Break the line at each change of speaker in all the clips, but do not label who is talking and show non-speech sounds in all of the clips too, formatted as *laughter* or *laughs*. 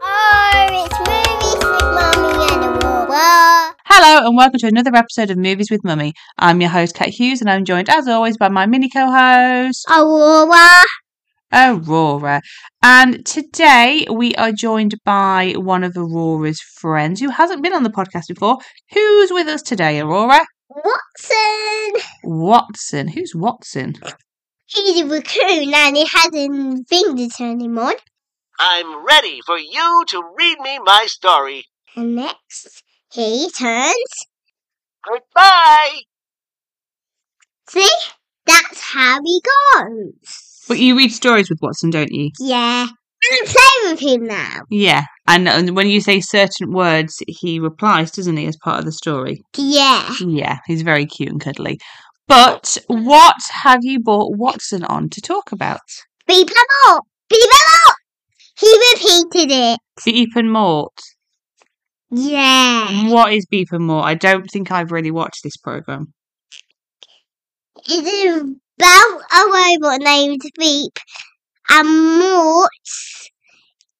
Oh,
and welcome to another episode of Movies with Mummy. I'm your host, Kate Hughes, and I'm joined, as always, by my mini co host,
Aurora.
Aurora. And today we are joined by one of Aurora's friends who hasn't been on the podcast before. Who's with us today, Aurora?
Watson.
Watson. Who's Watson?
He's a raccoon and he hasn't fingers anymore.
I'm ready for you to read me my story.
And next, he turns.
Goodbye.
See? That's how he goes.
But you read stories with Watson, don't you?
yeah. I'm playing with him now.
Yeah. And, and when you say certain words, he replies, doesn't he, as part of the story?
Yeah.
Yeah, he's very cute and cuddly. But what have you brought Watson on to talk about?
Beep him up. Beep him up. He repeated it.
Beep and Mort.
Yeah.
What is Beep and Mort? I don't think I've really watched this program.
It's about a robot named Beep. And Mort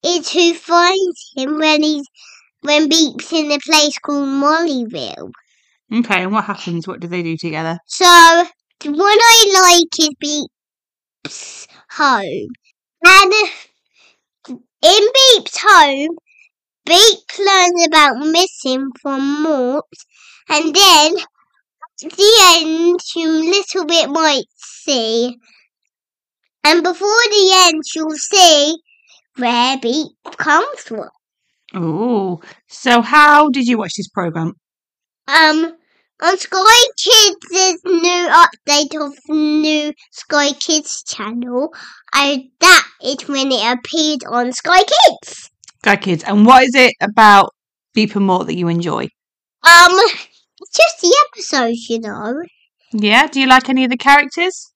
is who finds him when he's when Beep's in a place called Mollyville.
Okay, and what happens? What do they do together?
So the one I like is Beep's home. And in Beep's home, Beep learns about missing from Mort, and then at the end, you little bit might see. And before the end, you'll see where Beep comes from.
Oh, so how did you watch this program?
Um, on Sky Kids, there's new update of new Sky Kids channel. And that is when it appeared on Sky Kids.
Guy Kids, and what is it about Beep and Mort that you enjoy?
Um, it's just the episodes, you know.
Yeah, do you like any of the characters?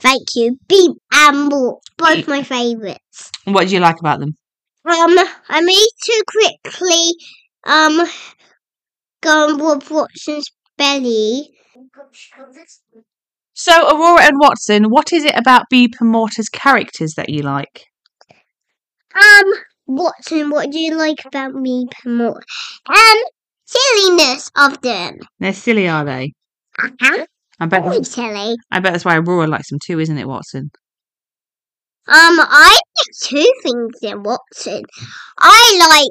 Thank you. Beep and Morp,
Beep.
both my favourites.
And What do you like about them?
Um, I need to quickly, um, go and rub Watson's belly.
So, Aurora and Watson, what is it about Beep and Mort as characters that you like?
Um, Watson, what do you like about me more? Um, silliness of them.
They're silly, are they?
Uh-huh.
I bet.
Very silly.
I bet that's why Aurora likes them too, isn't it, Watson?
Um, I like two things in Watson. I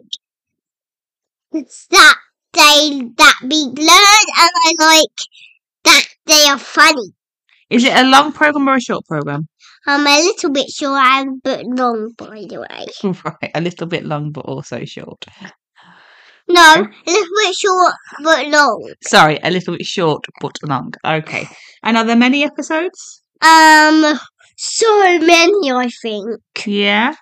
like that they that be learned, and I like that they are funny.
Is it a long program or a short program?
I'm a little bit sure I'm but wrong, by the way.
*laughs* right, a little bit long, but also short.
No, a little bit short but long.
Sorry, a little bit short but long. Okay. And are there many episodes?
Um, so many, I think.
Yeah.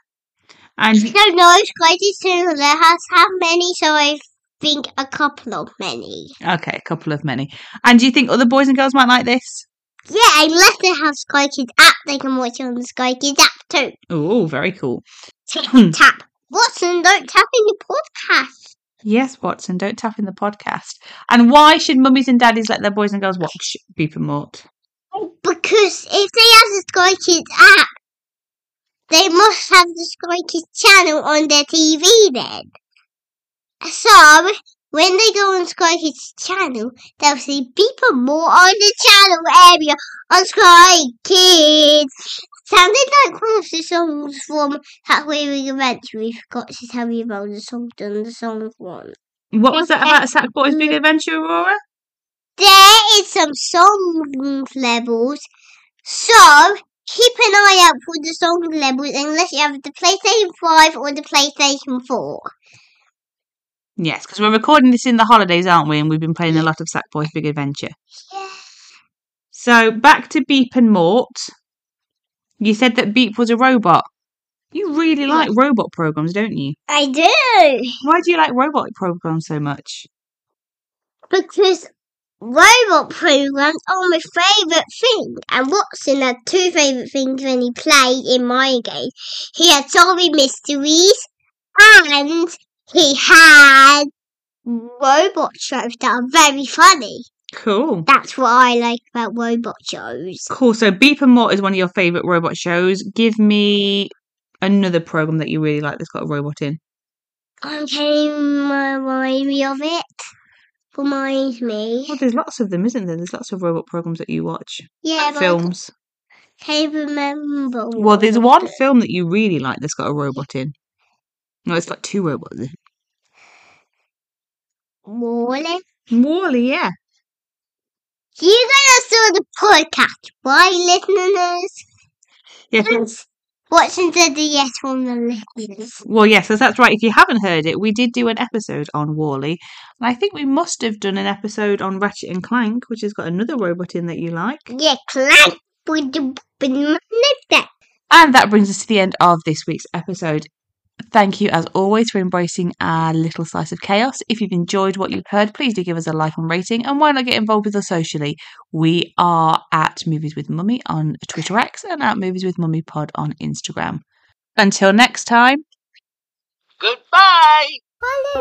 And
I don't know. Sky Disneyland has how many? So I think a couple of many.
okay, a couple of many. And do you think other boys and girls might like this?
Yeah, unless they have Sky Kids app, they can watch it on the Sky Kids app too.
Oh, very cool.
Tap Watson, don't tap in the podcast.
Yes, Watson, don't tap in the podcast. And why should mummies and daddies let their boys and girls watch Beep and Mort?
Because if they have the Sky Kids app, they must have the Sky Kids channel on their TV then. So, when they go on Sky Kids channel, they'll see people more on the channel area on Sky Kids. Sounded like one of the songs from That Weary Adventure. We forgot to tell you about the song done the song one.
What was that about Sackboy's Big Adventure, Aurora?
There is some song levels, so keep an eye out for the song levels unless you have the PlayStation 5 or the PlayStation 4.
Yes, because we're recording this in the holidays, aren't we? And we've been playing a lot of Sackboy's Big Adventure.
Yeah.
So back to Beep and Mort. You said that Beep was a robot. You really like robot programs, don't you?
I do!
Why do you like robot programs so much?
Because robot programs are my favourite thing, and Watson had two favourite things when he played in my game. He had Solving Mysteries, and he had robot shows that are very funny.
Cool.
That's what I like about robot shows.
Cool. So Beep and Mort is one of your favourite robot shows. Give me another program that you really like that's got a robot in.
can't remind me of it. Reminds me.
Well, there's lots of them, isn't there? There's lots of robot programs that you watch.
Yeah, but
Films.
I can't remember.
Well, there's
of
one
them.
film that you really like that's got a robot in. No, it's got two robots in.
Morning.
Wally, yeah.
You guys are still the podcast, right, listeners?
Yes.
Watching the yes from the listeners.
Well, yes, that's- that's right. If you haven't heard it, we did do an episode on Wally, and I think we must have done an episode on Ratchet and Clank, which has got another robot in that you like.
Yeah, clank with the banana deck.
And that brings us to the end of this week's episode. Thank you, as always, for embracing our little slice of chaos. If you've enjoyed what you've heard, please do give us a like and rating, and why not get involved with us socially? We are at Movies with Mummy on Twitter X and at Movies with Mummy Pod on Instagram. Until next time.
Goodbye!
Bye,